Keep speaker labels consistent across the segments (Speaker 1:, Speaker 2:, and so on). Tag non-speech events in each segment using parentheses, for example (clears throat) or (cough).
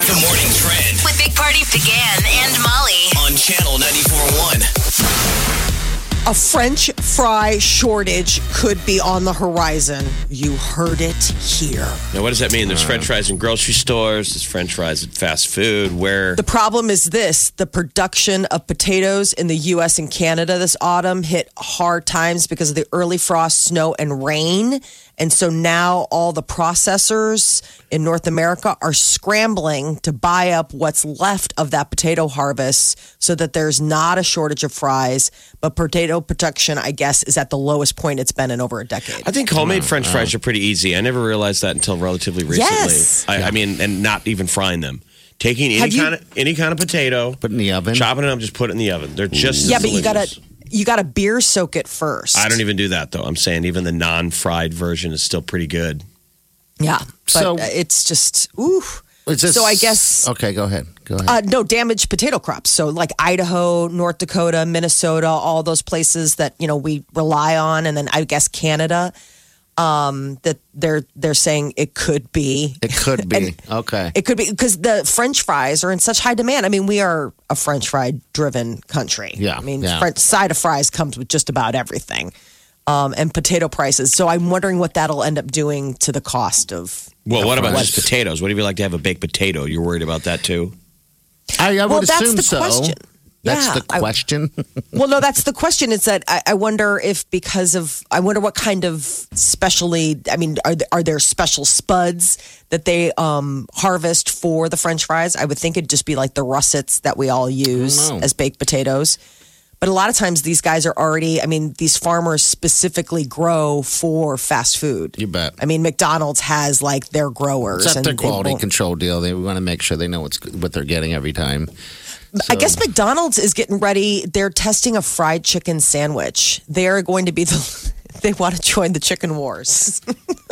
Speaker 1: The morning trend
Speaker 2: with Big Party began and Molly.
Speaker 1: on channel 94.1.
Speaker 3: A French fry shortage could be on the horizon. You heard it here.
Speaker 4: Now, what does that mean? There's French fries in grocery stores. There's French fries at fast food. Where
Speaker 3: The problem is this the production of potatoes in the US and Canada this autumn hit hard times because of the early frost, snow, and rain. And so now all the processors in North America are scrambling to buy up what's left of that potato harvest so that there's not a shortage of fries. But potato production, I guess, is at the lowest point it's been in over a decade.
Speaker 4: I think homemade French fries are pretty easy. I never realized that until relatively recently.
Speaker 3: Yes.
Speaker 4: I, I mean, and not even frying them. Taking any
Speaker 3: Have you-
Speaker 4: kind of any kind of potato,
Speaker 5: Put it in the oven.
Speaker 4: chopping it up, just put it in the oven. They're just as
Speaker 3: Yeah, but you
Speaker 4: delicious.
Speaker 3: gotta you gotta beer soak it first.
Speaker 4: I don't even do that though. I'm saying even the non-fried version is still pretty good.
Speaker 3: Yeah, but
Speaker 5: So-
Speaker 3: it's just ooh.
Speaker 5: Is this-
Speaker 3: so I guess
Speaker 5: Okay, go ahead. Go ahead.
Speaker 3: uh, no damaged potato crops. So like Idaho, North Dakota, Minnesota, all those places that you know we rely on, and then I guess Canada. Um, that they're they're saying it could be
Speaker 5: it could be. okay.
Speaker 3: it could be because the French fries are in such high demand. I mean, we are a French fry driven country.
Speaker 5: Yeah,
Speaker 3: I mean,
Speaker 5: yeah.
Speaker 3: French side of fries comes with just about everything, um, and potato prices. So I'm wondering what that'll end up doing to the cost of.
Speaker 4: Well, what about
Speaker 5: fries.
Speaker 4: just potatoes? What if you like to have a baked potato? You're worried about that too?
Speaker 5: I, I
Speaker 3: Well,
Speaker 5: would
Speaker 3: that's
Speaker 5: assume
Speaker 3: the
Speaker 5: so.
Speaker 3: question.
Speaker 5: That's
Speaker 3: Yeah,
Speaker 5: the
Speaker 3: I-
Speaker 5: question.
Speaker 3: Well, no, that's the question. Is that I, I wonder if because of I wonder what kind of specially. I mean, are th- are there special spuds that they um, harvest for the French fries? I would think it'd just be like the russets that we all use
Speaker 5: know.
Speaker 3: as baked potatoes. But a lot of times these guys are already. I mean, these farmers specifically grow for fast food.
Speaker 5: You bet.
Speaker 3: I mean, McDonald's has like their growers.
Speaker 5: It's not their
Speaker 3: they
Speaker 5: quality
Speaker 3: won't-
Speaker 5: control deal. They want to make sure they know what's what they're getting every time.
Speaker 3: I guess McDonald's is getting ready. They're testing a fried chicken sandwich. They are going to be the. (laughs) They want to join the chicken wars. (laughs)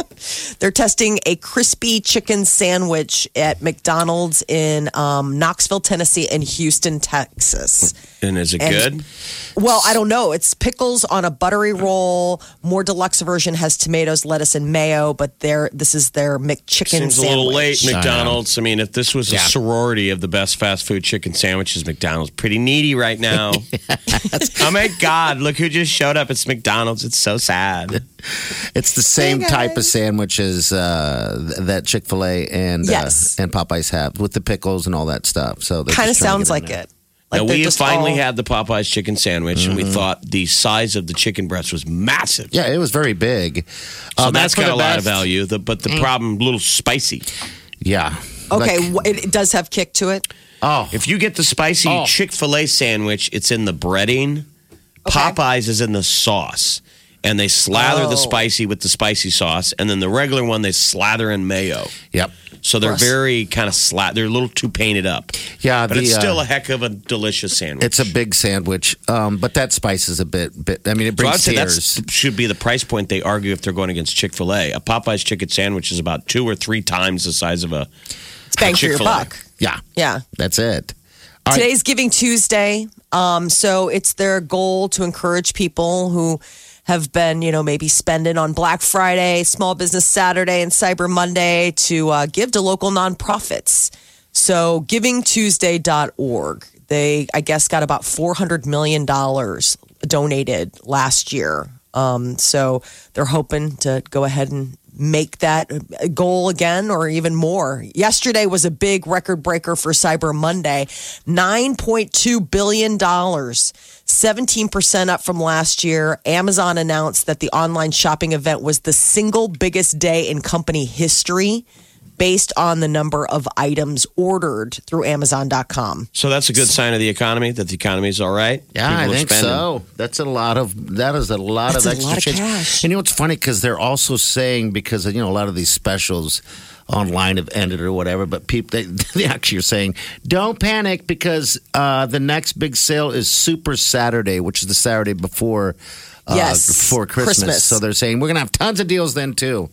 Speaker 3: They're testing a crispy chicken sandwich at McDonald's in um, Knoxville, Tennessee, and Houston, Texas.
Speaker 4: And is it
Speaker 3: And-
Speaker 4: good?
Speaker 3: Well, I don't know. It's pickles on a buttery roll. More deluxe version has tomatoes, lettuce, and mayo. But their this is their McChicken
Speaker 4: Seems
Speaker 3: sandwich.
Speaker 4: a little late,
Speaker 5: I know.
Speaker 4: McDonald's. I, mean, if this was a
Speaker 5: Yeah.
Speaker 4: sorority of the best fast food chicken sandwiches, McDonald's pretty needy right
Speaker 5: (laughs)
Speaker 4: now. oh my God! Look who just showed up. It's McDonald's. It's so sad.
Speaker 5: It's the same type of sandwiches uh, th- that Chick Fil A and
Speaker 3: Yes.
Speaker 5: uh, and Popeyes have with the pickles and all that stuff. So they're
Speaker 3: Kind of
Speaker 5: just trying to
Speaker 3: sounds
Speaker 5: get in
Speaker 3: like
Speaker 5: there.
Speaker 3: it. Like
Speaker 4: now
Speaker 3: they're
Speaker 4: we
Speaker 3: just
Speaker 4: finally
Speaker 3: all-
Speaker 4: had the Popeyes chicken sandwich, and we thought the size of the chicken breast was massive.
Speaker 5: Mm-hmm. Yeah, it was very big.
Speaker 4: So
Speaker 5: Um,
Speaker 4: that's
Speaker 5: as for
Speaker 4: got a
Speaker 5: the
Speaker 4: lot of
Speaker 5: best- Mm.
Speaker 4: value. The, but the problem, a little spicy.
Speaker 5: Yeah.
Speaker 3: Okay,
Speaker 5: Like-
Speaker 3: wh- it, it does have kick to it.
Speaker 5: oh,
Speaker 4: If you get the spicy
Speaker 5: Oh.
Speaker 4: Chick fil A sandwich, it's in the breading. Popeyes is in the sauce. And they slather the
Speaker 3: Oh.
Speaker 4: spicy with the spicy sauce. And then the regular one, they slather in mayo.
Speaker 5: yep.
Speaker 4: So they're
Speaker 3: Gross.
Speaker 4: very kind of slat. They're a little too painted up.
Speaker 5: Yeah,
Speaker 4: But
Speaker 5: the,
Speaker 4: it's still a
Speaker 5: uh,
Speaker 4: heck of a delicious sandwich.
Speaker 5: It's a big sandwich, um, but that spices a bit. Bit. I mean, it
Speaker 4: So I'd
Speaker 5: brings
Speaker 4: say that
Speaker 5: tears.
Speaker 4: should be the price point they argue if they're going against Chick fil A. A Popeyes chicken sandwich is about two or three times the size of a.
Speaker 3: It's bang for your
Speaker 4: Chick-fil-A.
Speaker 3: buck.
Speaker 5: yeah,
Speaker 3: Yeah.
Speaker 5: that's it. All right.
Speaker 3: Today's Giving Tuesday. Um, so it's their goal to encourage people who have been, you know, maybe spending on Black Friday, Small Business Saturday, and Cyber Monday to uh, give to local nonprofits. So givingtuesday.org. They, I guess, got about $400 million donated last year. Um, so they're hoping to go ahead and make that a goal again or even more. Yesterday was a big record breaker for Cyber Monday $9.2 billion, 17% up from last year. Amazon announced that the online shopping event was the single biggest day in company history. based on the number of items ordered through Amazon.com.
Speaker 4: So that's a good sign of the economy that the economy's all right.
Speaker 5: Yeah,
Speaker 4: People
Speaker 5: I
Speaker 4: are
Speaker 5: think
Speaker 4: spending.
Speaker 5: so. That's a lot of that is a lot
Speaker 3: That's
Speaker 5: of
Speaker 3: a
Speaker 5: extra
Speaker 3: lot of
Speaker 5: change.
Speaker 3: cash.
Speaker 5: And you know what's funny because they're also saying because you know a lot of these specials online have ended or whatever, but people they, (laughs) they actually are saying don't panic because uh, the next big sale is Super Saturday, which is the Saturday before uh,
Speaker 3: Yes,
Speaker 5: before Christmas.
Speaker 3: Christmas.
Speaker 5: So they're saying we're gonna have tons of deals then too.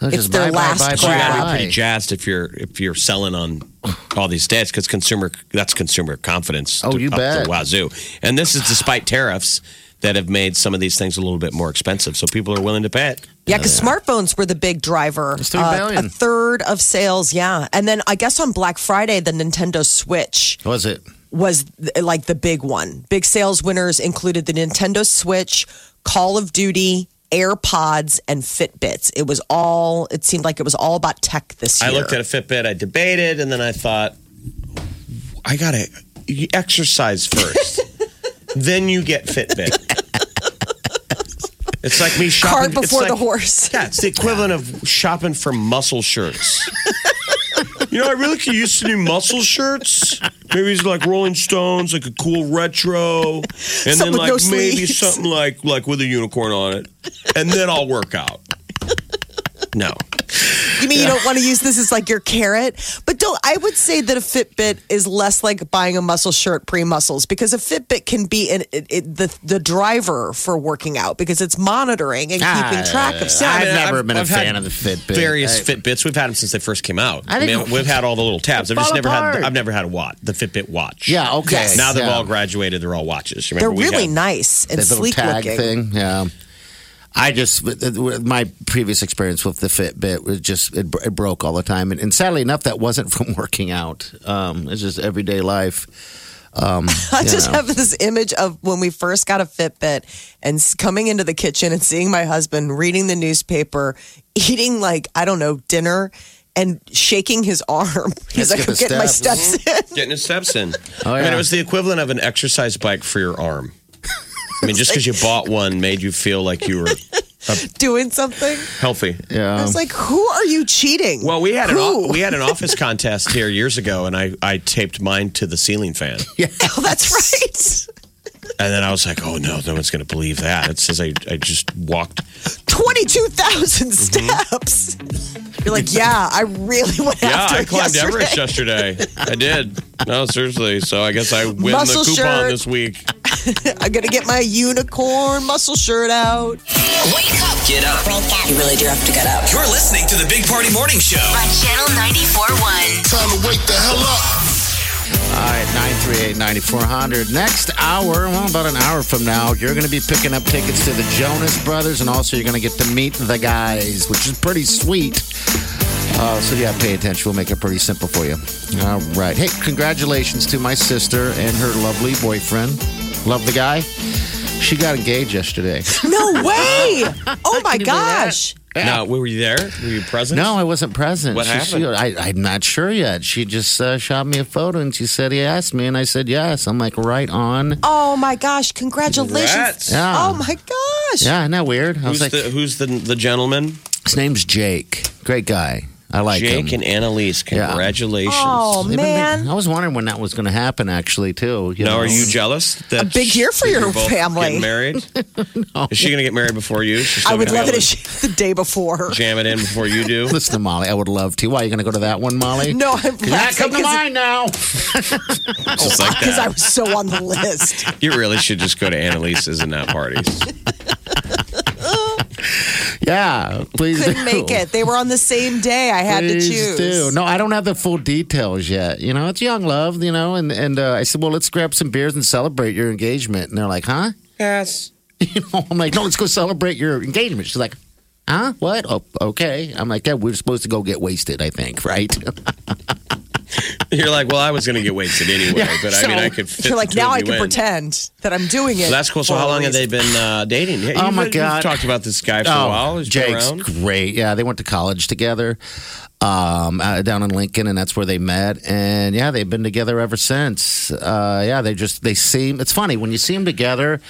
Speaker 5: So
Speaker 3: It's their last
Speaker 4: So you got to
Speaker 3: Right.
Speaker 4: be pretty jazzed if you're if you're selling on all these dates because consumer that's consumer confidence.
Speaker 5: Oh,
Speaker 4: to-
Speaker 5: you
Speaker 4: up
Speaker 5: bet.
Speaker 4: The wazoo, and this is despite tariffs that have made some of these things a little bit more expensive. So people are willing to pay it.
Speaker 3: Yeah, because smartphones were the big driver. uh,
Speaker 5: It's three billion.
Speaker 3: a third of sales, yeah. And then I guess on Black Friday, the Nintendo Switch
Speaker 5: Was it?
Speaker 3: was th- like the big one. Big sales winners included the Nintendo Switch, Call of Duty, AirPods, and Fitbits. It was all, it seemed like it was all about tech this year.
Speaker 4: I looked at a Fitbit, I debated, and then I thought, I gotta exercise
Speaker 3: (laughs)
Speaker 4: first, then you get Fitbit. it's like me
Speaker 3: Cart
Speaker 4: shopping it's
Speaker 3: before the
Speaker 4: like-
Speaker 3: horse.
Speaker 4: Yeah, it's the equivalent of shopping for muscle
Speaker 3: (laughs)
Speaker 4: shirts. you know, I really could use some new muscle shirts. Maybe it's like Rolling Stones, like a cool retro, and then
Speaker 3: Something
Speaker 4: like
Speaker 3: with no
Speaker 4: maybe
Speaker 3: sleeves.
Speaker 4: something like like with a unicorn on it, and then I'll work out. No,
Speaker 3: You mean you don't want to use this as like your carrot? But don't I would say that a Fitbit is less like buying a muscle shirt pre muscles because a Fitbit can be an, it, it, the the driver for working out because it's monitoring and keeping
Speaker 4: Ah.
Speaker 3: track of stuff.
Speaker 5: I've
Speaker 4: mean,
Speaker 5: never
Speaker 4: I've-
Speaker 5: been a
Speaker 4: I've had
Speaker 5: fan of the Fitbit.
Speaker 4: various
Speaker 5: I-
Speaker 4: Fitbits. We've had them since they first came out.
Speaker 5: I
Speaker 4: I,
Speaker 5: think-
Speaker 4: mean, we've had all the little tabs. I've just
Speaker 5: Fall
Speaker 4: never had.
Speaker 5: apart.
Speaker 4: I've never had a watch. The Fitbit watch.
Speaker 5: Yeah. Okay.
Speaker 3: Yes.
Speaker 4: Now they've
Speaker 5: yeah.
Speaker 4: all graduated. They're all watches.
Speaker 3: They're
Speaker 4: Remember, we
Speaker 3: really
Speaker 4: had-
Speaker 3: nice and
Speaker 5: that little
Speaker 3: sleek
Speaker 5: tag
Speaker 3: looking.
Speaker 5: thing. Yeah. I just with- with my previous experience with the Fitbit was just it, it broke all the time, and, and sadly enough, that wasn't (laughs) from working out. Um, it's just everyday life.
Speaker 3: I just have this image of when we first got a Fitbit and s- coming into the kitchen and seeing my husband reading the newspaper, eating like I don't know dinner, and shaking his
Speaker 5: (laughs)
Speaker 3: arm. He's
Speaker 5: Let's
Speaker 3: like,
Speaker 5: get
Speaker 3: "I'm
Speaker 5: the
Speaker 3: getting my
Speaker 5: steps." Mm-hmm.
Speaker 3: steps in."
Speaker 4: getting his steps in.
Speaker 5: Oh,
Speaker 4: I mean,
Speaker 5: yeah.
Speaker 4: it was the equivalent of an exercise bike for your arm. I mean, just because you bought one made you feel like you were
Speaker 3: (laughs) doing something.
Speaker 4: healthy.
Speaker 3: I
Speaker 5: Um,
Speaker 3: was like, "Who are you cheating?"
Speaker 4: Well, we had an
Speaker 3: Who?
Speaker 4: o- we had an office contest here years ago, and I I taped mine to the ceiling fan,
Speaker 3: (laughs) oh, that's
Speaker 5: (laughs)
Speaker 3: right.
Speaker 4: and then I was like, oh no, no one's going to believe that. It says I I just walked.
Speaker 3: Twenty-two thousand
Speaker 5: Mm-hmm.
Speaker 3: steps. You're like, yeah, I really went
Speaker 4: Yeah,
Speaker 3: after
Speaker 4: I
Speaker 3: it
Speaker 4: climbed
Speaker 3: yesterday.
Speaker 4: Everest
Speaker 3: (laughs)
Speaker 4: yesterday. I did. No, seriously. So I guess I win
Speaker 3: Muscle
Speaker 4: the coupon
Speaker 3: shirt.
Speaker 4: this week.
Speaker 3: I'm gonna get my unicorn muscle shirt
Speaker 5: (laughs)
Speaker 3: out.
Speaker 2: Wake up
Speaker 1: Get up.
Speaker 6: You really do have to get up.
Speaker 1: You're listening to the Big Party Morning Show.
Speaker 2: on Channel 94.1.
Speaker 7: Time to wake the hell up.
Speaker 5: All right, 938-9400. Next hour, well, about an hour from now, you're going to be picking up tickets to the Jonas Brothers, and also you're going to get to meet the guys, which is pretty sweet. Uh, so yeah, pay attention. We'll make it pretty simple for you. All right. Hey, congratulations to my sister and her lovely boyfriend. Love the guy. She got
Speaker 4: (laughs)
Speaker 5: engaged yesterday.
Speaker 3: No way! Oh my gosh!
Speaker 4: Now, were you there? Were you present?
Speaker 5: No, I wasn't present.
Speaker 4: What
Speaker 5: She- she-
Speaker 4: happened?
Speaker 5: I, I'm not sure yet. She just uh, shot me a photo and she said he asked me, and I said yes. I'm like right on.
Speaker 3: Oh my gosh! Congratulations!
Speaker 4: Congrats.
Speaker 5: Yeah.
Speaker 3: Oh my gosh!
Speaker 5: Yeah, isn't that weird? I
Speaker 4: Who's
Speaker 5: was like,
Speaker 4: the Who's the the gentleman?
Speaker 5: his name's Jake. Great guy. I like
Speaker 4: Jake
Speaker 5: him.
Speaker 4: and Annalise.
Speaker 5: Yeah.
Speaker 4: Congratulations.
Speaker 3: Oh
Speaker 5: They've been
Speaker 3: man,
Speaker 5: big- I was wondering when that was going to happen, actually, too. You
Speaker 4: Now,
Speaker 5: know?
Speaker 4: are you jealous? That
Speaker 3: A big year for
Speaker 4: you're
Speaker 3: your
Speaker 4: both
Speaker 3: family.
Speaker 4: Getting
Speaker 3: (laughs)
Speaker 4: married? Is she going to get married before you? She's
Speaker 3: I
Speaker 4: not
Speaker 3: would
Speaker 4: gonna
Speaker 3: love
Speaker 4: be
Speaker 3: it
Speaker 4: able
Speaker 3: if she, Oh, the day before.
Speaker 4: to jam it in before you
Speaker 3: (laughs)
Speaker 4: do.
Speaker 5: Listen to Molly. I would love to. Why are you going to go to that one, Molly?
Speaker 3: No, I'm
Speaker 5: Not come to mine now.
Speaker 4: It's just like
Speaker 3: because
Speaker 4: that.
Speaker 3: I was so on the
Speaker 4: (laughs)
Speaker 3: list.
Speaker 4: you really should just go to Annalise's and not
Speaker 3: (laughs)
Speaker 4: parties.
Speaker 5: Yeah, please
Speaker 3: Couldn't
Speaker 5: do.
Speaker 3: make it. They were on the same day. I had to
Speaker 5: Please
Speaker 3: choose.
Speaker 5: do. No, I don't have the full details yet. You know, it's young love. You know, and and uh, I said, well, let's grab some beers and celebrate your engagement. And they're like, huh?
Speaker 4: Yes.
Speaker 5: (laughs) You know, I'm like, no, let's go celebrate your engagement. She's like, huh? What? Oh, okay. I'm like, yeah, we're supposed to go get wasted. I think, right?
Speaker 4: You're like, well, I was going to get wasted anyway, but I mean,
Speaker 5: so-
Speaker 4: I could fit.
Speaker 3: You're like,
Speaker 4: the two
Speaker 3: now
Speaker 4: of
Speaker 3: I
Speaker 4: you
Speaker 3: can
Speaker 4: in.
Speaker 3: pretend that I'm doing it.
Speaker 4: Well, that's cool. So,
Speaker 3: for
Speaker 4: how
Speaker 3: a
Speaker 4: long have they
Speaker 3: reason.
Speaker 4: been uh, dating? Yeah,
Speaker 5: Oh,
Speaker 4: you've-
Speaker 5: my God. Oh,
Speaker 4: You've talked about this guy for a while. He's been
Speaker 5: Jake's
Speaker 4: around.
Speaker 5: great. Yeah, they went to college together um, uh, down in Lincoln, and that's where they met. And yeah, they've been together ever since. Uh, yeah, they just they seem. It's funny when you see them together.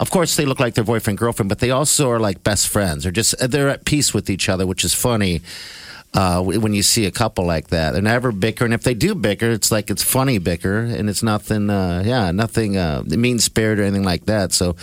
Speaker 5: Of course, they look like their boyfriend girlfriend, but they also are like best friends. They're just they're at peace with each other, which is funny. uh, w- when you see a couple like that. They're never bicker, and if they do bicker, it's like it's funny bicker, and it's nothing. Uh, yeah, nothing uh, mean spirited or anything like that. So,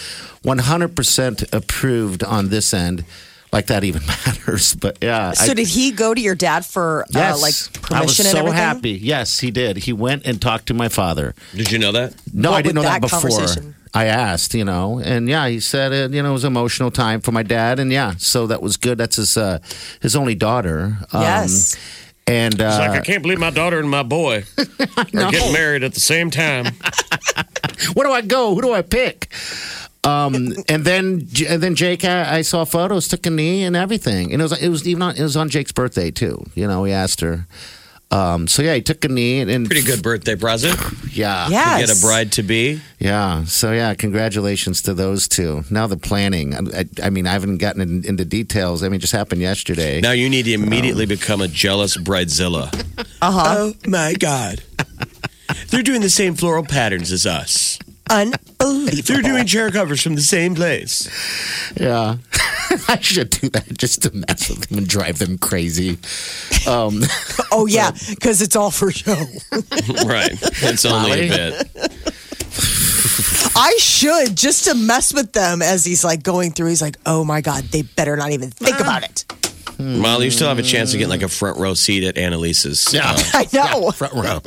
Speaker 5: one hundred percent approved on this end. Like that even (laughs) matters, but yeah. I-
Speaker 3: So did he go to your dad for uh, like permission
Speaker 5: I was so
Speaker 3: and everything?
Speaker 5: happy. Yes, he did. He went and talked to my father.
Speaker 4: Did you know that?
Speaker 5: No,
Speaker 3: What
Speaker 5: I didn't know
Speaker 3: would that
Speaker 5: that, before.
Speaker 3: conversation-
Speaker 5: I asked, you know, and yeah, he said it. You know, it was an emotional time for my dad, and yeah, so that was good. That's his uh, his only daughter. Um,
Speaker 3: Yes.
Speaker 5: and uh,
Speaker 4: like I can't believe my daughter and my
Speaker 5: (laughs)
Speaker 4: boy are getting married at the same time.
Speaker 5: where do I go? Who do I pick? Um, and then and then Jake, I, I saw photos, took a knee, and everything. And it was it was even on, it was on Jake's birthday too. You know, he asked her. Um, so yeah, he took a knee and, and
Speaker 4: (laughs) Pretty good birthday present.
Speaker 5: Yeah,
Speaker 3: Yes.
Speaker 4: Get a bride to be.
Speaker 5: Yeah. So yeah, congratulations to those two. Now the planning. I, I, I mean, I haven't gotten in, into details. I mean, it just happened yesterday.
Speaker 4: Now you need to immediately become a jealous bridezilla. Uh-huh. Oh my god. They're doing the same floral patterns as us.
Speaker 3: Unbelievable.
Speaker 4: They're doing chair covers from the same place.
Speaker 5: Yeah. (laughs) I should do that just to mess with them and drive them crazy. Um,
Speaker 3: Oh yeah, because it's all for show.
Speaker 4: (laughs) Right. It's only
Speaker 5: Molly?
Speaker 4: a bit.
Speaker 3: I should just to mess with them as he's like going through. He's like, oh my god, they better not even think about (laughs) it.
Speaker 4: Molly, you still have a chance to get like a front row seat at Annalise's. uh, Yeah.
Speaker 5: Uh,
Speaker 3: I know.
Speaker 5: (laughs) front row.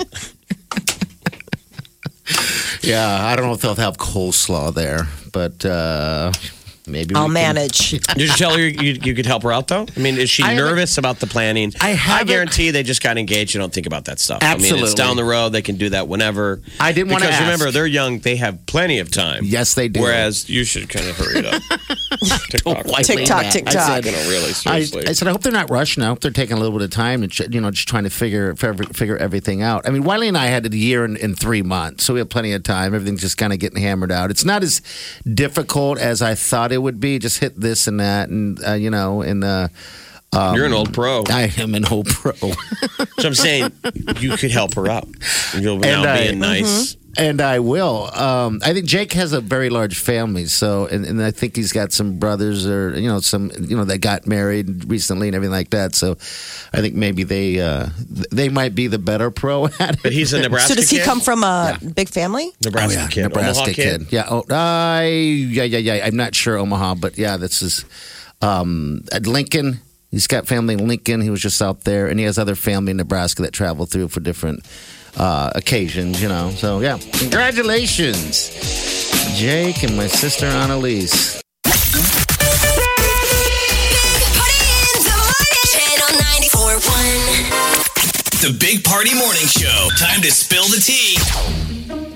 Speaker 5: yeah, I don't know if they'll have coleslaw there, but uh, maybe
Speaker 3: I'll
Speaker 5: we can-
Speaker 3: manage.
Speaker 4: Did you tell her you, you could help her out though? I mean, is she
Speaker 5: I haven't-
Speaker 4: nervous about the planning?
Speaker 5: I haven't-
Speaker 4: guarantee they just got engaged and don't think about that stuff. I mean, it's
Speaker 5: Absolutely.
Speaker 4: down the road. They can do that whenever.
Speaker 5: I didn't wanna
Speaker 4: because
Speaker 5: ask.
Speaker 4: remember they're young. They have plenty of time.
Speaker 5: Yes, they do.
Speaker 4: Whereas you should kind of hurry it
Speaker 5: (laughs)
Speaker 4: up. TikTok.
Speaker 5: Why lean
Speaker 3: TikTok,
Speaker 5: back?
Speaker 3: TikTok.
Speaker 5: I said-
Speaker 4: You know, really
Speaker 5: I,
Speaker 4: seriously.
Speaker 5: I said, I hope they're not rushing. I hope they're taking a little bit of time and you know just trying to figure figure everything out. I mean, Wiley and I had a year and, and three months, so we had plenty of time. Everything's just kind of getting hammered out. It's not as difficult as I thought it would be. Just hit this and that, and uh, you know, and uh,
Speaker 4: You're an old pro.
Speaker 5: um, I am an old (laughs) pro.
Speaker 4: So I'm saying you could help her out. You'll
Speaker 5: And
Speaker 4: now
Speaker 5: I-
Speaker 4: being nice.
Speaker 5: And I will. Um, I think Jake has a very large family, so and, and I think he's got some brothers or you know some you know that got married recently and everything like that. So I think maybe they uh, th- they might be the better pro (laughs) at it.
Speaker 4: But he's a Nebraska
Speaker 3: So does he
Speaker 4: kid?
Speaker 3: come from a big family?
Speaker 5: Oh,
Speaker 4: Nebraska kid.
Speaker 5: Nebraska
Speaker 4: Omaha kid.
Speaker 5: Yeah. Oh, I yeah yeah yeah. I'm not sure Omaha, but yeah, this is um, at Lincoln. He's got family in Lincoln. He was just out there, and he has other family in Nebraska that travel through for different uh, occasions. You know, so yeah. Congratulations, Jake and my sister Annalise.
Speaker 2: Party in the morning. Channel 94.1.
Speaker 1: The Big Party Morning Show. Time to spill the tea.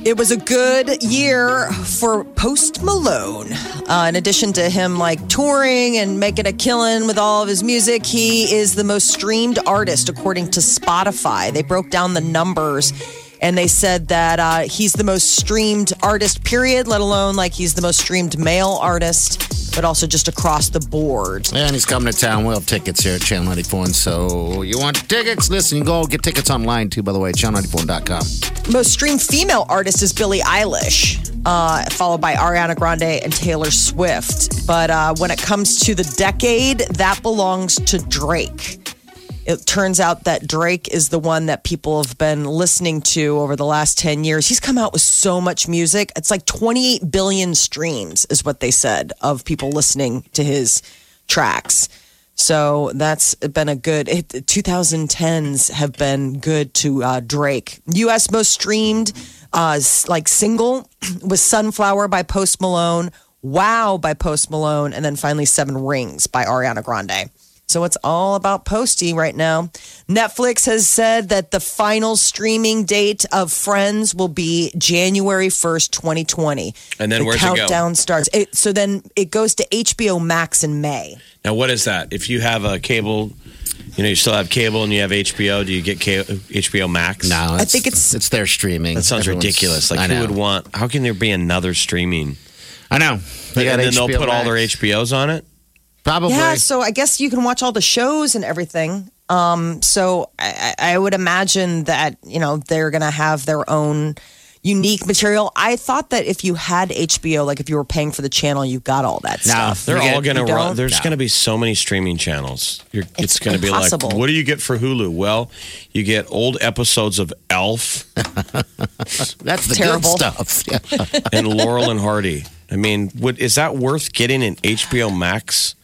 Speaker 3: It was a good year for Post Malone. Uh, in addition to him like touring and making a killing with all of his music, he is the most streamed artist according to Spotify. They broke down the numbers and they said that uh, he's the most streamed artist, period, let alone like he's the most streamed male artist, but also just across the board.
Speaker 5: And he's coming to town. We'll have tickets here at Channel 94. And so you want tickets? Listen, you can go get tickets online too, by the way, channel94.com.
Speaker 3: most streamed female artist is Billie Eilish, uh, followed by Ariana Grande and Taylor Swift. But uh, when it comes to the decade, that belongs to Drake. It turns out that Drake is the one that people have been listening to over the last 10 years. He's come out with so much music. It's like 28 billion streams, is what they said, of people listening to his tracks. So that's been a good. It, 2010s have been good to uh, Drake. U.S. most streamed, uh, s- like single, (clears throat) was "Sunflower" by Post Malone, "Wow" by Post Malone, and then finally Seven Rings" by Ariana Grande. So it's all about Posty right now. Netflix has said that the final streaming date of Friends will be January 1st, 2020.
Speaker 4: And then
Speaker 3: the
Speaker 4: where's it go?
Speaker 3: countdown starts. It, so then it goes to HBO Max in May.
Speaker 4: Now, what is that? If you have a cable, you know, you still have cable and you have HBO, do you get K- HBO Max?
Speaker 5: No,
Speaker 3: I think it's-
Speaker 5: it's their streaming.
Speaker 4: That sounds
Speaker 5: Everyone's-
Speaker 4: ridiculous. Like,
Speaker 5: I
Speaker 4: who
Speaker 5: know.
Speaker 4: would want, how can there be another streaming?
Speaker 5: I know. They got
Speaker 4: and then they'll
Speaker 5: HBO
Speaker 4: put all their
Speaker 5: Max.
Speaker 4: HBOs on it? Oh,
Speaker 5: Probably.
Speaker 3: Yeah, so I guess you can watch all the shows and everything. Um, so I, I I would imagine that you know they're gonna have their own. unique material. I thought that if you had HBO, like if you were paying for the channel, you got all that
Speaker 5: No,
Speaker 3: stuff.
Speaker 4: They're
Speaker 5: You
Speaker 4: all
Speaker 5: get-
Speaker 4: going to
Speaker 3: you
Speaker 4: run.
Speaker 3: don't?
Speaker 4: There's
Speaker 5: No.
Speaker 4: going to be so many streaming channels. You're, it's
Speaker 3: It's
Speaker 4: going to be like,
Speaker 3: impossible.
Speaker 4: what do you get for Hulu? Well, you get old episodes of Elf
Speaker 5: That's the
Speaker 3: Terrible.
Speaker 5: good stuff. (laughs) Yeah.
Speaker 4: and Laurel and Hardy. I mean, what, is that worth getting an HBO Max?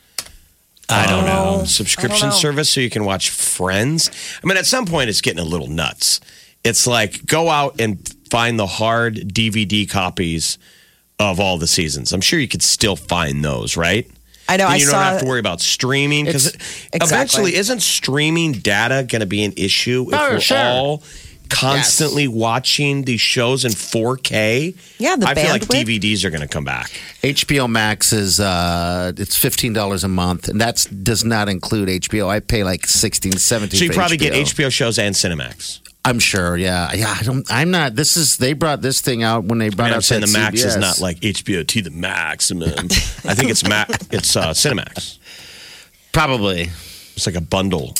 Speaker 4: I don't know. Subscription
Speaker 3: know.
Speaker 4: service so you can watch Friends. I mean, at some point, it's getting a little nuts. It's like go out and find the hard DVD copies of all the seasons. I'm sure you could still find those, right?
Speaker 3: I know.
Speaker 4: Then
Speaker 3: I
Speaker 4: you
Speaker 3: saw.
Speaker 4: don't have to worry about streaming because
Speaker 3: It's- exactly.
Speaker 4: eventually, isn't streaming data going to be an issue if
Speaker 5: Oh,
Speaker 4: we're
Speaker 5: sure.
Speaker 4: all constantly watching these shows in 4K?
Speaker 3: Yeah, the
Speaker 4: I feel like
Speaker 3: bandwidth.
Speaker 4: DVDs are going to come back.
Speaker 5: HBO Max is uh, it's fifteen dollars a month, and that does not include HBO. I pay like 16 17
Speaker 4: So you
Speaker 5: for
Speaker 4: probably get
Speaker 5: HBO.
Speaker 4: HBO shows and Cinemax.
Speaker 5: I'm sure. Yeah, yeah. I don't. I'm not. This is. They brought this thing out when they
Speaker 4: I
Speaker 5: brought
Speaker 4: mean, I'm
Speaker 5: out
Speaker 4: saying the
Speaker 5: that
Speaker 4: max is
Speaker 5: CBS.
Speaker 4: not like HBO to the maximum.
Speaker 3: (laughs)
Speaker 4: I think it's Mac. It's uh, Cinemax.
Speaker 5: probably.
Speaker 4: It's like a bundle.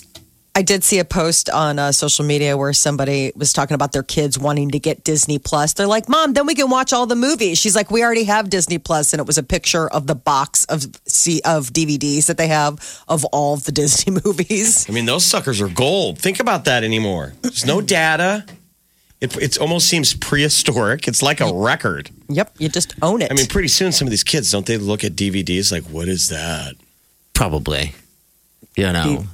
Speaker 3: I did see a post on uh, social media where somebody was talking about their kids wanting to get Disney Plus. They're like, "Mom, then we can watch all the movies." She's like, "We already have Disney Plus," and it was a picture of the box of C- of DVDs that they have of all the (laughs) Disney movies.
Speaker 4: I mean, those suckers are gold. Think about that anymore. There's no data. It, it almost seems prehistoric. It's like a record.
Speaker 3: Yep, you just own it.
Speaker 4: I mean, pretty soon some of these kids don't they look at DVDs like, what is that?
Speaker 5: Probably. You know.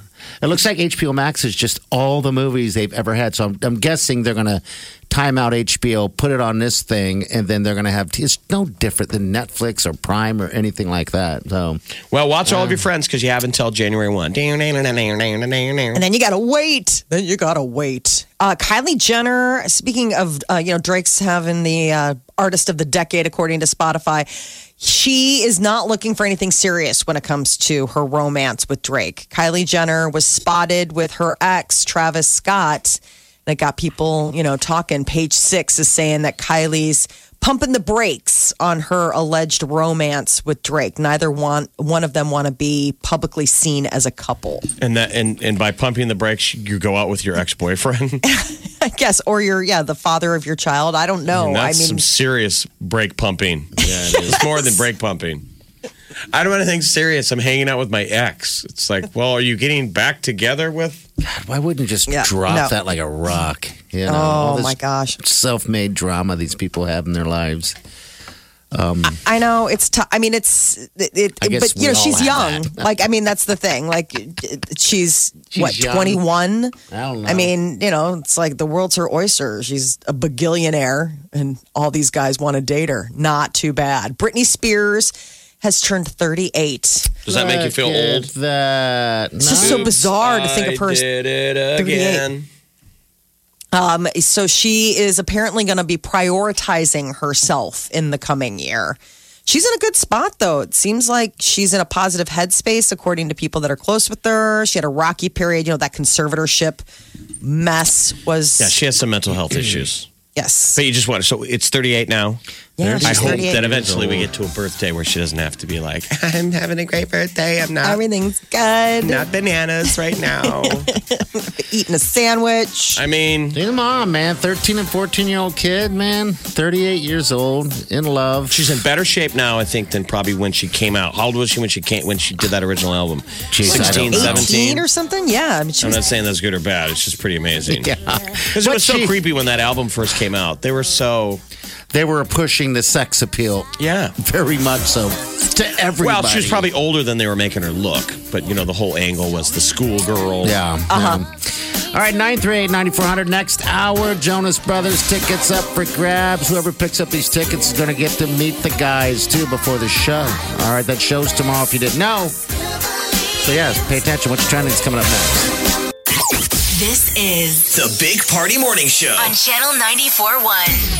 Speaker 5: It looks like HBO Max is just all the movies they've ever had. So I'm, I'm guessing they're going to time out HBO, put it on this thing, and then they're going to have. It's no different than Netflix or Prime or anything like that. So
Speaker 4: Well, watch all of your friends because you have until January one.
Speaker 3: And then you gotta wait. Then you gotta wait. Uh, Kylie Jenner. Speaking of, uh, you know, Drake's having the uh, artist of the decade according to Spotify. She is not looking for anything serious when it comes to her romance with Drake. Kylie Jenner was spotted with her ex Travis Scott. That got people, you know, talking. Page six is saying that Kylie's pumping the brakes on her alleged romance with Drake. Neither one one of them want to be publicly seen as a couple.
Speaker 4: And that and and by pumping the brakes, you go out with your ex
Speaker 3: (laughs)
Speaker 4: boyfriend.
Speaker 3: I guess, or you're yeah the father of your child. I don't know. Oh, I
Speaker 4: That's
Speaker 3: mean,
Speaker 4: some serious brake pumping. It's more than brake pumping. I don't want anything serious. I'm hanging out with my ex. It's like, well, are you getting back together with?
Speaker 5: why wouldn't you just
Speaker 3: Yeah,
Speaker 5: drop
Speaker 3: no.
Speaker 5: that like a rock? You know, all
Speaker 3: oh
Speaker 5: this
Speaker 3: my gosh,
Speaker 5: self-made drama these people have in their lives.
Speaker 3: I know it's. T- I mean, it's. It, it,
Speaker 5: I guess
Speaker 3: but you know,
Speaker 5: we all
Speaker 3: she's young.
Speaker 5: have
Speaker 3: Like, I mean, that's the thing. Like, she's,
Speaker 5: She's
Speaker 3: what
Speaker 5: young.
Speaker 3: twenty one.
Speaker 5: I don't know.
Speaker 3: I mean, you know, it's like the world's her oyster. She's a bagillionaire, and all these guys want to date her. Not too bad. Britney Spears has turned thirty eight.
Speaker 4: Does that make you feel
Speaker 5: Look at
Speaker 4: old?
Speaker 5: That
Speaker 3: It's just so
Speaker 5: No.
Speaker 3: bizarre to think of her
Speaker 4: I
Speaker 3: as
Speaker 4: did it
Speaker 3: 38.
Speaker 4: again.
Speaker 3: Um, so she is apparently going to be prioritizing herself in the coming year. She's in a good spot, though. It seems like she's in a positive headspace, according to people that are close with her. She had a rocky period, you know, that conservatorship mess was.
Speaker 4: Yeah, she has some mental health issues.
Speaker 3: yes.
Speaker 4: But you just want so it's 38 now.
Speaker 3: Yeah,
Speaker 4: I
Speaker 3: she's
Speaker 4: hope
Speaker 3: 38.
Speaker 4: that eventually we get to a birthday where she doesn't have to be like, I'm having a great birthday. I'm not
Speaker 3: Everything's good.
Speaker 4: not bananas right now.
Speaker 3: Eating a sandwich.
Speaker 4: I mean,
Speaker 5: She's a mom, man. 13 and 14 year old kid, man. 38 years old, in love.
Speaker 4: she's in better shape now, I think, than probably when she came out. How old was she when she came when she did that original album?
Speaker 5: Jeez, I
Speaker 4: 16,
Speaker 5: don't know.
Speaker 4: 17.
Speaker 3: 18 or something. Yeah. I mean, she
Speaker 4: I'm
Speaker 3: was
Speaker 4: not saying that's good or bad. It's just pretty amazing.
Speaker 5: Yeah.
Speaker 4: Because it
Speaker 5: But
Speaker 4: was so
Speaker 5: she-
Speaker 4: creepy when that album first came out. They were so
Speaker 5: They were pushing the sex appeal
Speaker 4: yeah.
Speaker 5: very much so to everybody.
Speaker 4: Well, she was probably older than they were making her look, but you know the whole angle was the schoolgirl.
Speaker 5: Yeah.
Speaker 4: Uh-huh.
Speaker 5: yeah. All right, 938 9400. Next hour, Jonas Brothers tickets up for grabs. Whoever picks up these tickets is going to get to meet the guys, too, before the show. All right, that show's tomorrow if you didn't know. So, yes, pay attention. What's trending is coming up next.
Speaker 6: This is
Speaker 1: The Big Party Morning Show.
Speaker 6: on Channel 94.1.